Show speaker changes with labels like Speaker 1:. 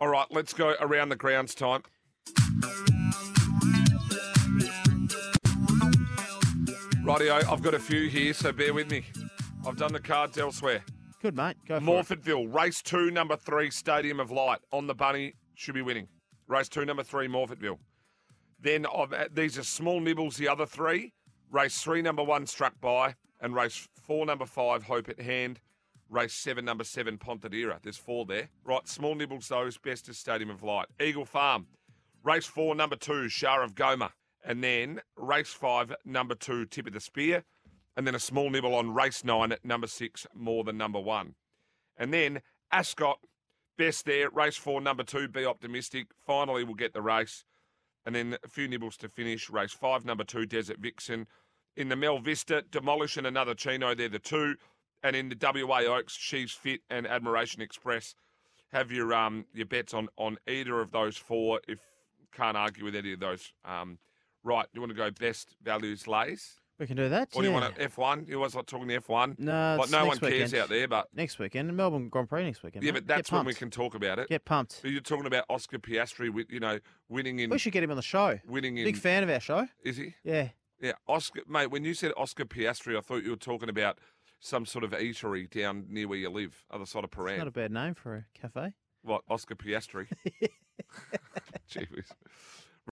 Speaker 1: All right, let's go around the grounds time. Rightio, I've got a few here, so bear with me. I've done the cards elsewhere.
Speaker 2: Good, mate. Go for it.
Speaker 1: Morfordville, race two, number three, Stadium of Light. On the bunny, should be winning. Race two, number three, Morfordville. Then I've, uh, these are small nibbles, the other three. Race three, number one, Struck By. And race four, number five, Hope at Hand. Race seven, number seven, Pontadera. There's four there. Right, small nibbles, those, best is Stadium of Light. Eagle Farm. Race four, number two, Shah of Goma. And then race five, number two, Tip of the Spear. And then a small nibble on race nine at number six, more than number one. And then Ascot, best there, race four, number two, be optimistic. Finally, we'll get the race. And then a few nibbles to finish. Race five, number two, Desert Vixen. In the Mel Vista, Demolish and another Chino, they're the two. And in the WA Oaks, She's Fit and Admiration Express. Have your um your bets on on either of those four. If can't argue with any of those, um, right? Do you want to go best values lays,
Speaker 2: We can do that.
Speaker 1: or do you
Speaker 2: yeah.
Speaker 1: want to F one? You always like talking F one.
Speaker 2: No,
Speaker 1: like
Speaker 2: it's
Speaker 1: no one
Speaker 2: next
Speaker 1: cares
Speaker 2: weekend.
Speaker 1: out there, but
Speaker 2: Next weekend, Melbourne Grand Prix next weekend.
Speaker 1: yeah,
Speaker 2: mate.
Speaker 1: but
Speaker 2: Get
Speaker 1: that's when we
Speaker 2: pumped.
Speaker 1: can talk about it.
Speaker 2: get pumped.
Speaker 1: But You're talking about Oscar Piastri, wi- you know, winning in
Speaker 2: We should get him on the show.
Speaker 1: winning in
Speaker 2: Big fan of our show.
Speaker 1: is he?
Speaker 2: Yeah.
Speaker 1: Yeah, Oscar, mate. When you said Oscar Piastri, I thought you were talking about some sort of eatery down near where you live, other side of
Speaker 2: It's
Speaker 1: Paran.
Speaker 2: not a bad name for a cafe.
Speaker 1: What Oscar Piastri? Gee whiz.